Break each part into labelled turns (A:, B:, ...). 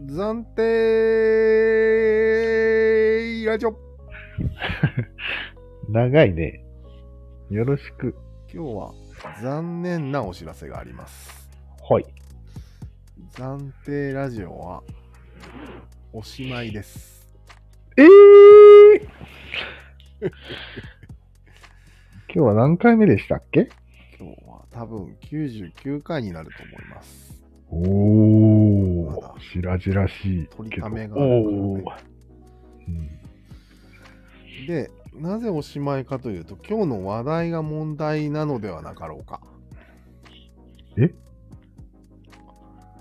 A: 暫定ラジオ
B: 長いね。よろしく。
A: 今日は残念なお知らせがあります。
B: はい。
A: 暫定ラジオはおしまいです。
B: えー、今日は何回目でしたっけ
A: 今日は多分99回になると思います。
B: お
A: まだ
B: ー、しらじらしいけど。
A: 取りためがあるからね
B: おー、うん。
A: で、なぜおしまいかというと、今日の話題が問題なのではなかろうか。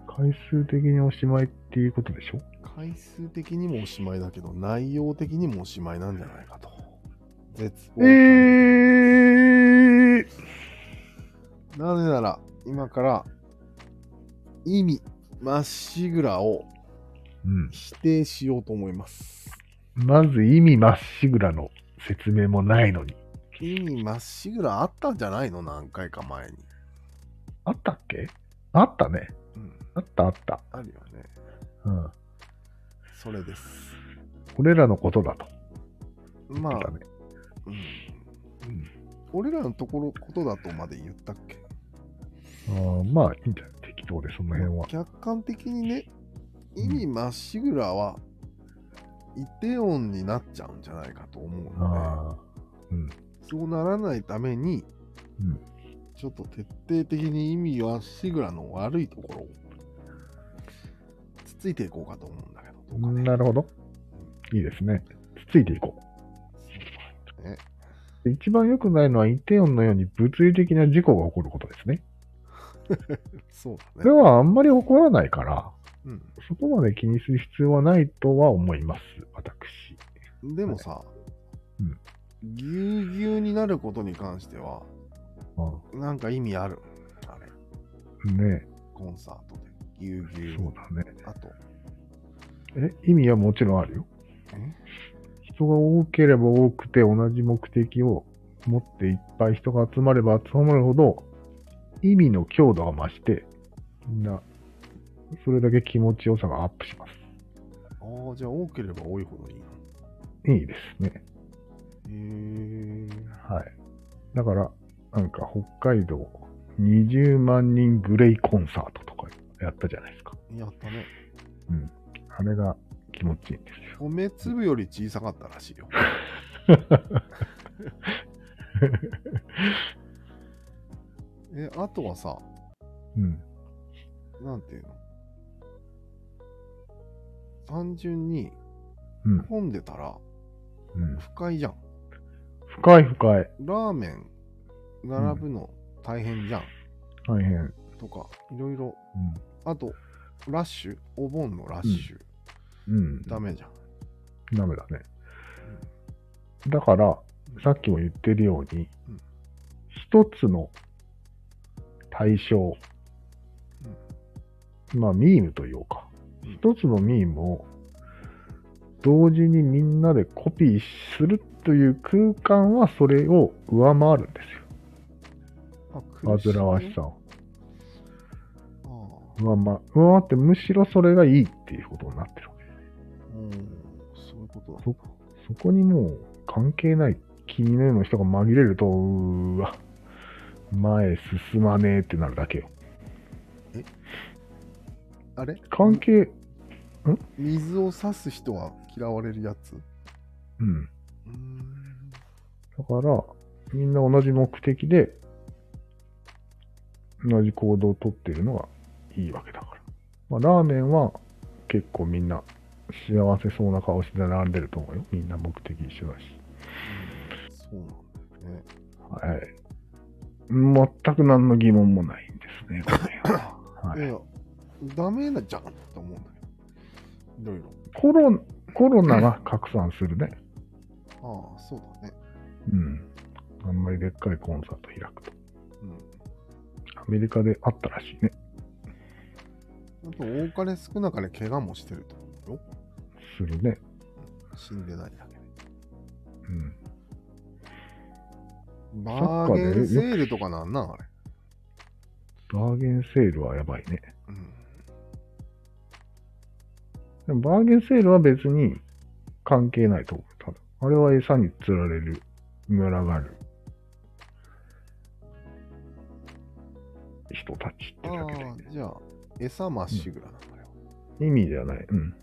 B: 回数的におしまいっていうことでしょ
A: 回数的にもおしまいだけど、内容的にもおしまいなんじゃないかと。絶望
B: えー、
A: なぜなら、今から、意味、まっしぐらを
B: うん。
A: 否定しようと思います。
B: まず意味まっしぐらの説明もないのに。
A: 意味、まっしぐらあったんじゃないの何回か前に。
B: あったっけあったね。
A: うん、
B: あったあった。
A: あるよね。
B: うん。
A: それです。
B: これらのことだと。
A: まあ
B: だ、ね。
A: うん、
B: うん
A: 俺らのところ、ことだとまで言ったっけ
B: あーまあ、いいんじゃない適当で、その辺は。
A: 客観的にね、
B: うん
A: 意味、まっしぐらは、イテオンになっちゃうんじゃないかと思うの
B: あ
A: で、そうならないために、
B: ーうん。
A: ちょっと徹底的に意味はシグラの悪いところをつついていこうかと思うんだけど、どうかね。
B: なるほど。いいですね。つついていこ
A: ね
B: う。で一番良くないのは、イテオンのように物理的な事故が起こることですね。
A: そう
B: そ
A: だ
B: れ
A: ね。
B: はあんまり起こらないから、
A: う
B: そこまで気にする必要はないとは思います、私。
A: ん、でもさ、
B: うん
A: ぎゅうぎゅうになることに関しては、
B: う
A: なんか意味ある。あれ、
B: ん、ね
A: コンサートで。ぎゅうぎ
B: え
A: ゅ
B: そう
A: う。
B: だね。
A: あと、
B: え、意味はもちろんあるよ。
A: え
B: 人が多ければ多くて同じ目的を持っていっぱい人が集まれば集まるほど意味の強度が増してみんなそれだけ気持ちよさがアップしま
A: ああ、じゃあ多ければ多いほどいいの。
B: す。いいですね。
A: へえ。
B: はい。だからなんか北海道20万人グレイコンサートとかやったじゃないですか。
A: やったね。
B: あれが気持ちいいんですよ。
A: 米粒より小さかったらしいよ。 え、あとはさ、
B: うん。
A: なんていうの単純に
B: うん。
A: 混んでたら
B: うん。
A: 不快じゃん。
B: 深い深い。
A: ラーメン並ぶの大変じゃん、
B: 大変。うん。
A: とか、いろいろ。あと、ラッシュ、お盆のラッシュ、
B: うん。
A: ダメじゃん。
B: ダメだね。だから、さっきも言ってるように
A: うん、
B: 一つの対象、まあ、ミームというか
A: うん、
B: 一つのミームを同時にみんなでコピーするという空間はそれを上回るんです
A: あ
B: よ。
A: 苦いね
B: 煩わしさを。
A: あ
B: 上回上回って、むしろそれがいいっていうことになってるわけ
A: あうん、そういうことだ。
B: そそこにもう関係ない気になるの人が紛れると、うーわ、前進まねえってなるだけよ。
A: あれ
B: 関係、
A: 水を差す人は嫌われるやつう
B: うん。
A: ーん。
B: だから、みんな同じ目的で、同じ行動をとってるのがいいわけだから。まあ、ラーメンは結構みんな幸せそうな顔して並んでると思うよ。みんな目的一緒だし。
A: そうなんだよね。
B: はい。全く何の疑問もないんですね、この辺ははい
A: い、やいや、ダメなじゃんって思うんだけど。いろい
B: コロコロナが拡散するね。
A: ろ。ああ、そうだね。
B: うん。あんまりでっかいコンサート開くと。
A: うん。
B: アメリカであったらしいね。
A: あと、多かれ少なかれ怪我もしてると思うよ。
B: するね。
A: 死んでないだけで。
B: うん。
A: バ
B: ッカ
A: ー
B: ーで
A: ゲンセールとかなんなんあれ。
B: バーゲンセールはやばいね。
A: うん。
B: でもバーゲンセールは別に関係ないと思う。多分あれは餌に釣られる、群がる人たちってだけ
A: ああ、じゃあ、餌まっしぐらなんだよ。
B: で。意味じゃない。うん。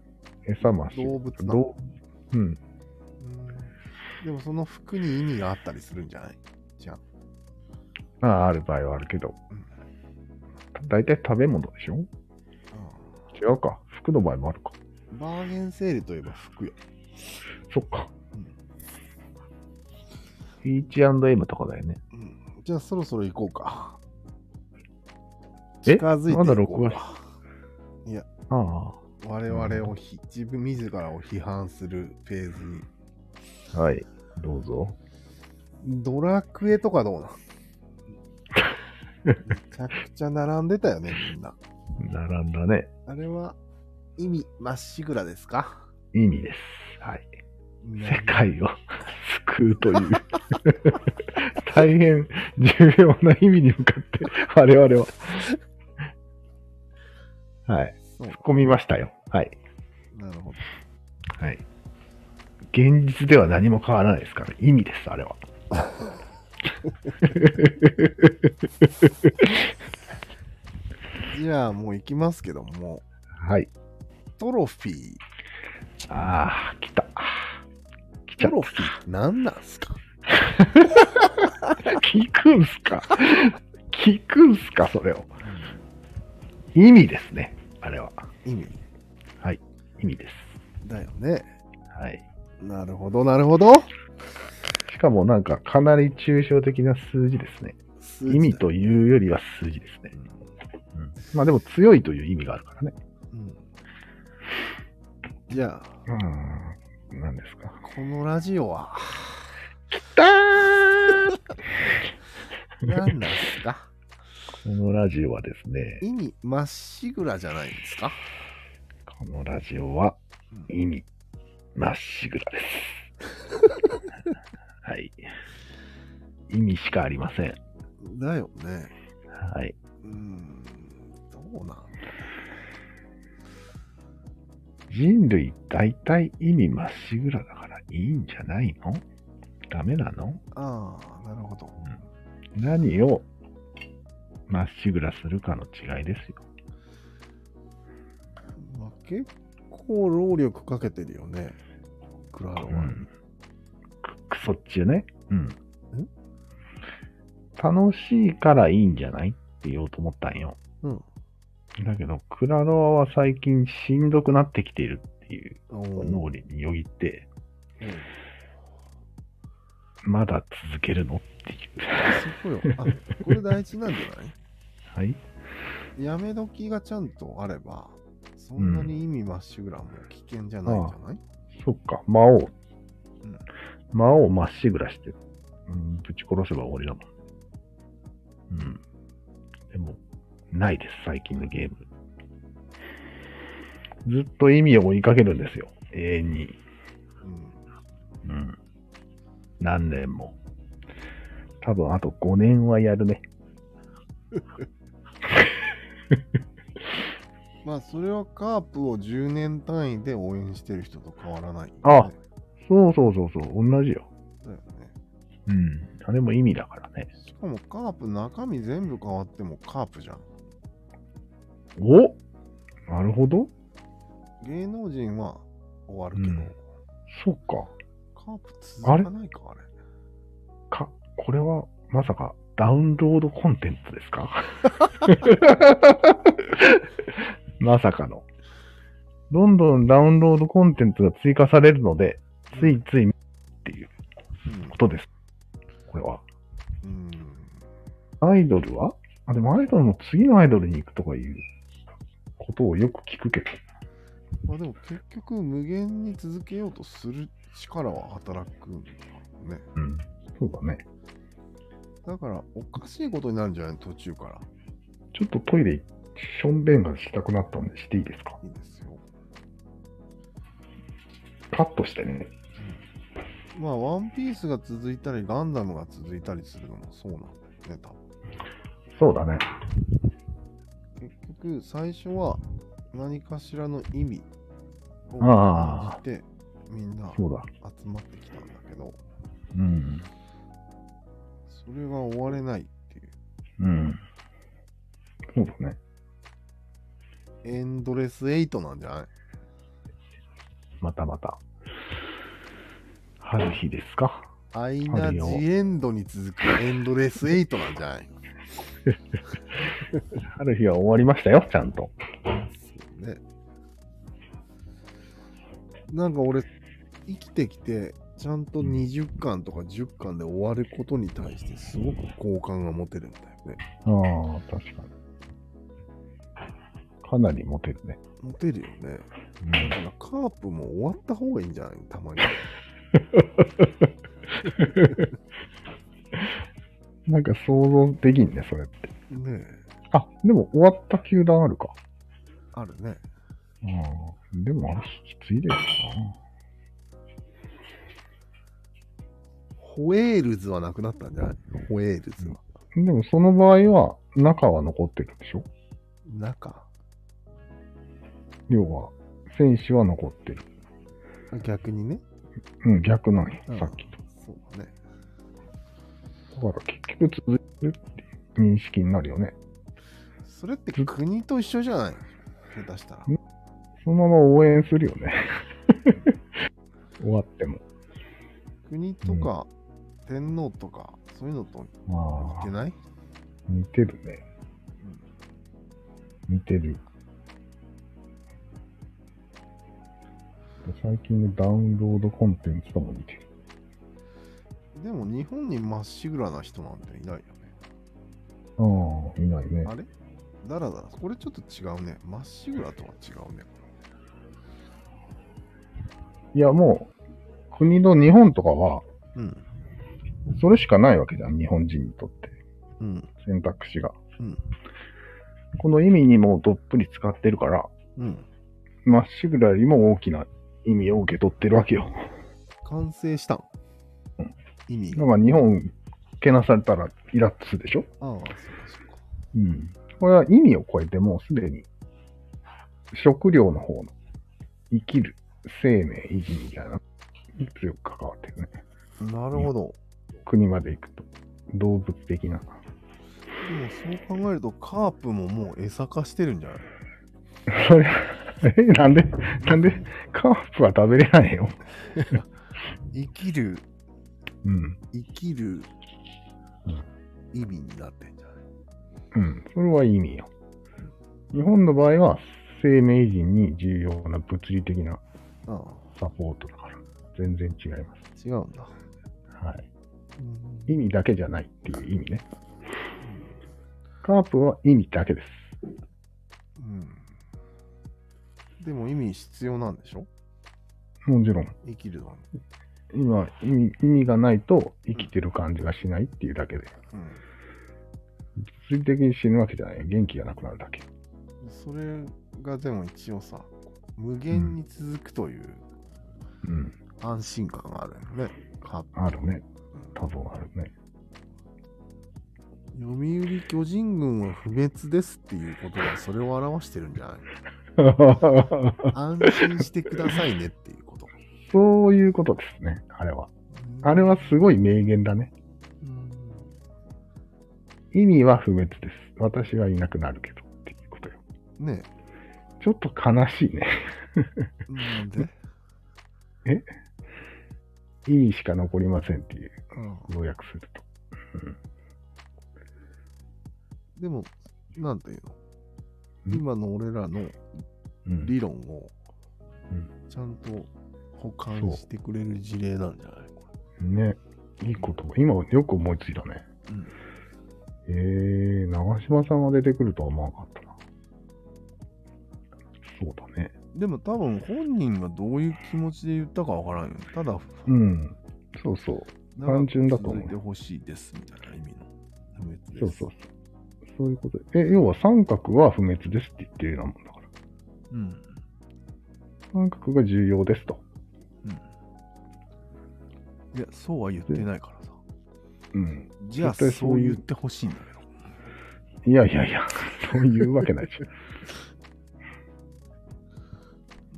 B: 餌まし。
A: 動物な
B: どうう
A: う
B: ん。
A: んでもその服に意味があったりするんじゃないじゃあ。
B: まあ、ある場合はあるけど。大体食べ物でしょ違うか。服の場合もあるか。
A: うんバーゲンセールといえば服よ。
B: そっか
A: うん。
B: H&M とかだよね。
A: うんじゃあそろそろ行こうか。
B: え
A: 近づいていこうか
B: まだ録画あ
A: 我々をひ、自分自らを批判するフェーズに。
B: あ。はい。どうぞ。
A: ドラクエとかどうなんめちゃくちゃ並んでたよね、みんな。
B: 並んだね。
A: あれは意味まっしぐらですか
B: 意味です。はい。世界を 救うという 大変重要な意味に向かって我々ははい
A: そう
B: 突っ込みましたよはい
A: なるほ
B: はい現実では何も変わらないですから意味ですあれは
A: ど。じゃあもう行きますけども、
B: はい
A: トロフィー。
B: ああ来た来ちゃ
A: ト
B: っ
A: ロフィー何なんすか
B: た聞くんすか聞くんすかそれを意味ですねあれは
A: 意味
B: 意味です
A: だよね。
B: はい
A: なるほど、なるほど。
B: しかもなんかかなり抽象的な数字ですね。
A: 数字だ
B: 意味、というよりは数字ですね。うんまあでも強いという意味があるからね。
A: うんじゃあ、
B: うん。何ですか。
A: このラジオ は
B: きたー
A: 何なんすか
B: このラジオはですね、
A: 意味まっしぐらじゃないんですか
B: このラジオは
A: うん
B: 意味まっしぐらです。はい。意味しかありません。
A: だよね。
B: はい。
A: うん、どうなん
B: 人類大体意味まっしぐらだからいいんじゃないのダメなの
A: ああ、なるほど。
B: 何をまっしぐらするかの違いですよ。
A: まあ、結構労力かけてるよね。クラロ
B: う
A: は。
B: ん、くくそっちゅうね。うん。楽しいからいいんじゃないって言おうと思ったんよ。
A: うん。
B: だけど、クラロワは最近しんどくなってきているっていう
A: おー
B: 脳裏によぎって、
A: うん
B: まだ続けるのっていう。
A: そこよ。あ、これ大事なんじゃない
B: はい。
A: やめ時がちゃんとあれば、そんなに意味まっしぐらも危険じゃないんじゃない、
B: そっか、魔王
A: ん。
B: 魔王まっしぐらして、うん、ぶち殺せば終わりだもん。うん。でも、ないです、最近のゲーム。ずっと意味を追いかけるんですよ、永遠に。
A: うん、
B: うん。何年も。多分あと5年はやるね。
A: まあ、それはカープを10年単位で応援してる人と変わらない、
B: あそうそうそうそう、同じよ。
A: だよね。
B: うん。あれも意味だからね。
A: しかもカープ中身全部変わってもカープじゃん。
B: おなるほど。
A: 芸能人は終わるけど、
B: うんそっか。
A: カープ続かないか、あれ。
B: か、これはまさかダウンロードコンテンツですかまさかの。どんどんダウンロードコンテンツが追加されるので、ついついっていうことです。これは。
A: うん。
B: アイドルはあ、でもアイドルも次のアイドルに行くとかいうことをよく聞くけど。
A: うん、まあでも結局、無限に続けようとする力は働くんだろうね。
B: うん。そうだね。
A: だから、おかしいことになるんじゃない途中から。
B: ちょっとトイレ、しょんべんがしたくなったんでしていいですか
A: いいですよ。
B: カットしてね。
A: まあ、ワンピースが続いたり、ガンダムが続いたりするのもそうなんだよね、多分。
B: そうだね。
A: 結局、最初は何かしらの意味を
B: ああ
A: して、みんな集
B: そうだ。
A: まってきたんだけど、
B: うん。
A: それが終われないっていう、
B: うん。そうだね。
A: エンドレス8なんじゃない
B: またまた。春日ですか
A: アイ
B: あ
A: ナ・ジ・
B: るよ
A: エンドに続くエンドレス8なんじゃない
B: 春日は終わりましたよ、ちゃんと。
A: ね。なんか俺、生きてきて、ちゃんと20巻とか10巻で終わることに対して、すごく好感が持てるんだよね。
B: ああ、確かに。かなりモテるね。
A: 持てるよね。だからカープも終わった方がいいんじゃないたまに。
B: うん。なんか想像できんね、それって。
A: ねえ、
B: あ、でも終わった球団あるか。
A: あるね。
B: うん。でもあれきついです
A: ホエールズはなくなったんじゃないホエールズは。
B: な。でもその場合は、中は残ってるでしょ
A: 中
B: 要は、選手は残ってる。
A: 逆にね。
B: うん、逆なんよ、
A: うん
B: さっきと。
A: そうだね。
B: だから結局続いてるっていう認識になるよね。
A: それって国と一緒じゃない下手したら。
B: そのまま応援するよね。 終わっても。
A: 国とか天皇とか、そういうのと
B: あ
A: 似てない
B: 似てるね。似てる。最近のダウンロードコンテンツとも似てる。
A: でも日本にまっしぐらな人なんていないよね。
B: ああ、いないね。
A: あれだらだら、これちょっと違うね。まっしぐらとは違うね。
B: いや、もう、国の日本とかは、
A: うん。
B: それしかないわけじゃん、日本人にとって。
A: うん。
B: 選択肢が。
A: うん
B: この意味にもどっぷり使ってるから、
A: うん。
B: まっしぐらよりも大きな意味を受け取ってるわけよ。
A: 完成したん
B: うん。
A: 意味
B: だ
A: が。
B: から日本、けなされたらイラッとするでしょ
A: ああ、そうかそうか。
B: うん。これは意味を超えてもうすでに、食料の方の、生きる、生命、維持みたいな、強く関わってるね。
A: なるほど。
B: 国まで行くと、動物的な。
A: でもそう考えると、カープももう餌化してるんじゃない
B: それ、え、なんで、なんで、カープは食べれないよ。
A: 生きる、
B: うん。
A: 生きる
B: うん
A: 意味になってんじゃない
B: うん。それは意味よ。日本の場合は、生命維持に重要な物理的な
A: ああ、
B: サポートだから、全然違いま
A: 違うんだ。
B: す。はい。
A: うん
B: 意味だけじゃないっていう意味ね。カープは意味だけです。
A: うん。でも意味必要なんでしょ
B: もちろん。
A: 生きるのに。
B: 今、意味意味がないと生きてる感じがしないっていうだけで。
A: うん。
B: 物理的に死ぬわけじゃない。元気がなくなるだけ。
A: それがでも一応さ、無限に続くという
B: うん。
A: 安心感があるよね。か
B: あるね。多分あるね。
A: 読売巨人軍は不滅ですっていうことはそれを表してるんじゃない安心してくださいねっていうこと。
B: そういうことですね。あれは。 あれはすごい名言だね。
A: うん
B: 意味は不滅です。私はいなくなるけど。っていうことよ。
A: ね
B: ちょっと悲しいね。
A: え、なんで、
B: 意味しか残りませんっていう。
A: うん
B: 要約すると。
A: でも、なんていうの
B: ん
A: 今の俺らの
B: うん
A: 理論を
B: うん
A: ちゃんと保
B: そ
A: 管
B: う
A: してくれる事例なんじゃないこ
B: ね、いい言葉。今よく思いついたね。
A: うん
B: えー、長嶋さんが出てくるとは思わなかったな。そうだね。
A: れでも多分本人がどういう気持ちで言ったかわからんよね。ただ、
B: うん。そうそう。単純だと思
A: 長く続
B: う
A: いてほしいですみたいな意味の不滅です。
B: そうそうそう。そういうことで。え、要は三角は不滅ですって言ってるようなもんだから。
A: うん。
B: 三角が重要ですと。
A: うん。いや、そうは言ってないからさ。
B: うん。
A: じゃあ、
B: 絶対
A: そ
B: そうういう
A: 言ってほしいんだけど。
B: いやいやい や、そういうわけないでし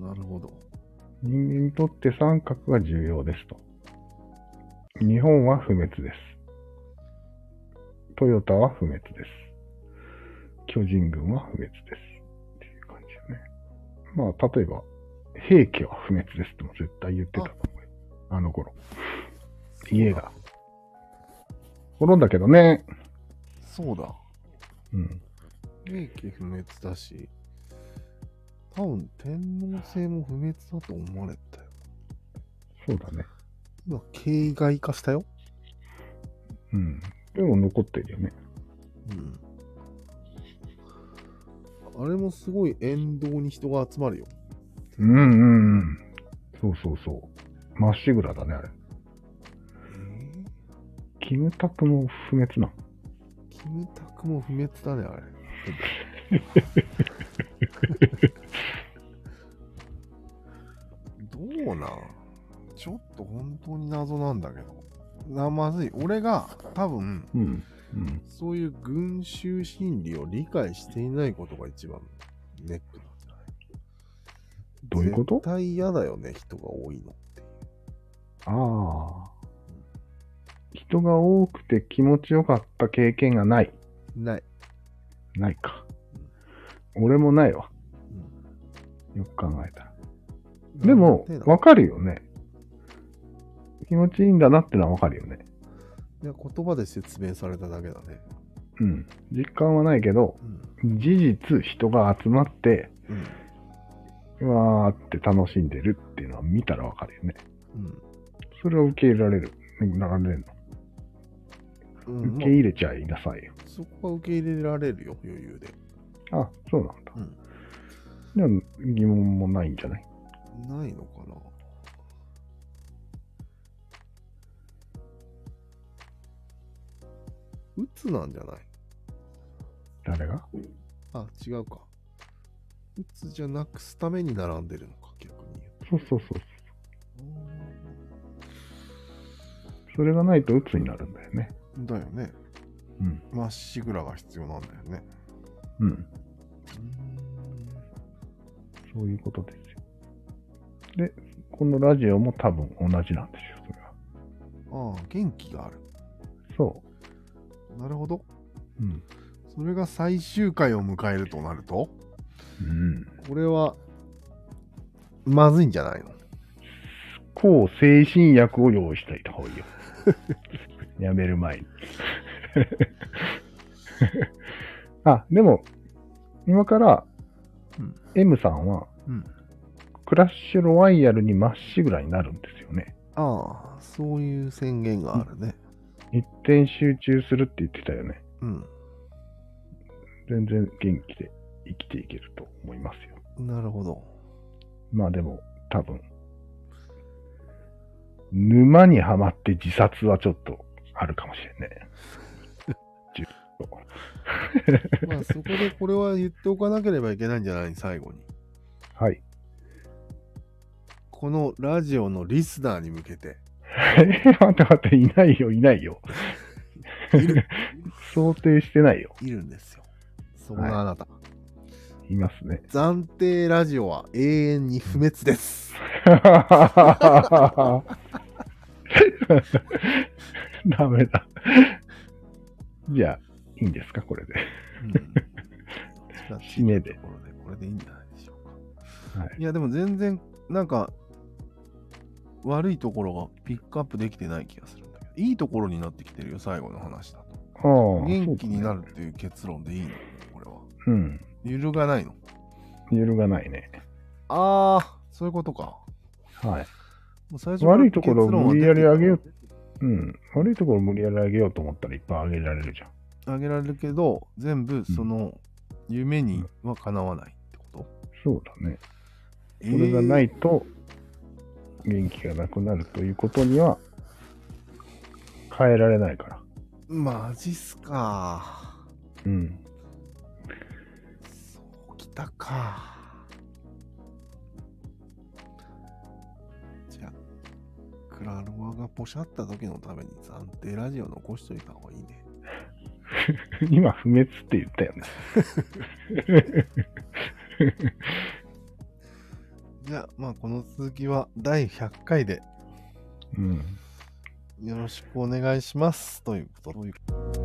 B: ょ。
A: なるほど。
B: 人間にとって三角が重要ですと。日本は不滅です。トヨタは不滅です。巨人軍は不滅です。っていう感じだね。まあ、例えば、平家は不滅ですとも絶対言ってたと思うよ。あの頃。家が。滅んだけどね。
A: そうだ。
B: うん。
A: 平家不滅だし、多分天皇制も不滅だと思われたよ。
B: そうだね。
A: 今、形骸化したよ。
B: うん。でも残ってるよね。
A: うん。あれもすごい沿道に人が集まるよ。
B: うんうんうん。そうそうそう。まっしぐらだね、あれ。キムタクも不滅なの。
A: キムタクも不滅だね、あれ。どうなんちょっと本当に謎なんだけど。な、まずい。俺が多分、
B: うん。うん。
A: そういう群衆心理を理解していないことが一番ネックなんじゃない
B: どういうこと
A: 絶対嫌だよね、人が多いのっていう。
B: ああ。人が多くて気持ちよかった経験がない。
A: ない。
B: ないか。俺もないわ。
A: う
B: よく考えたら。
A: ん
B: でも
A: なん、てな
B: わかるよね。気持ちいいんだなってのはわかるよね。
A: いや言葉で説明されただけだね。
B: うん。実感はないけど、
A: うん。
B: 事実人が集まって、
A: うん。
B: うわーって楽しんでるっていうのは見たらわかるよね。
A: うん
B: それは受け入れられる。並んでる
A: うん
B: の。受
A: ま
B: け
A: あ
B: 入れちゃいなさいよ。
A: そこは受け入れられるよ、余裕で。
B: あ、そうなんだ。
A: うん
B: でも疑問もないんじゃない
A: ないのかなうつなんじゃない
B: 誰が
A: あ、違うか。うつじゃなくすために並んでるのか、逆に言う
B: そうそうそう。
A: と。
B: それがないと鬱になるんだよね。
A: だよね。
B: うん。
A: まっしぐらが必要なんだよね。
B: うん。そういうことですよ。で、このラジオも多分同じなんですよ、それは。
A: ああ、元気がある。
B: そ
A: なるほど。
B: う。うん。
A: それが最終回を迎えるとなると、
B: うん。
A: これは、まずいんじゃないの
B: 抗精神薬を用意しておいた方がい いよ。やめる前に。 あ、でも、今から
A: うん
B: M さんは、
A: うん
B: クラッシュロワイヤルにまっしぐらになるんですよね。
A: ああ、そういう宣言があるね。
B: 一点集中するって言ってたよね。
A: うん。
B: 全然元気で生きていけると思いますよ。
A: なるほど。
B: まあでも、多分、沼にはまって自殺はちょっとあるかもしれんね。ちゅっと
A: まあそこでこれは言っておかなければいけないんじゃない最後に。
B: はい。
A: このラジオのリスナーに向けて。
B: え待って待って、いないよ、いないよ。
A: い る、
B: 想定してないよ。
A: いるんですよ。そこのあなた。
B: いますね。
A: 暫定ラジオは永遠に不滅です。
B: ダメだ。じゃあ、いいんですか、これで。
A: うん
B: 締めで
A: ところでこれでいいんじゃないでしょうか。、
B: はい
A: や、でも全然、なんか、悪いところがピックアップできてない気がするんだけど、いいところになってきてるよ、最後の話だと。
B: ああ
A: 元気にな
B: る。
A: るっていう結論でいいのこれは。
B: うん。
A: 揺るがないの。
B: 揺るがないね。
A: ああ、そういうことか。
B: はい。
A: もう最初から
B: 悪いところを
A: 結論は
B: 無
A: 出
B: 理
A: て
B: やり上げよ
A: る
B: う。うん。悪いところを無理やり上げようと思ったらいっぱい上げられるじゃん。
A: 上げられるけど、全部その夢にはかなわないってこと、
B: そうだね。それがな
A: え
B: いと、元気がなくなるということには、変えられないから。
A: ーマジっすか。
B: うん。
A: そうきたか。じゃあ、クラロワがポシャった時のために暫定ラジオ残しといた方がいいね。
B: 今、不滅って言ったよね。
A: じゃあ、まあ、この続きは第100回で
C: うん。
A: よろしくお願いします。ということ。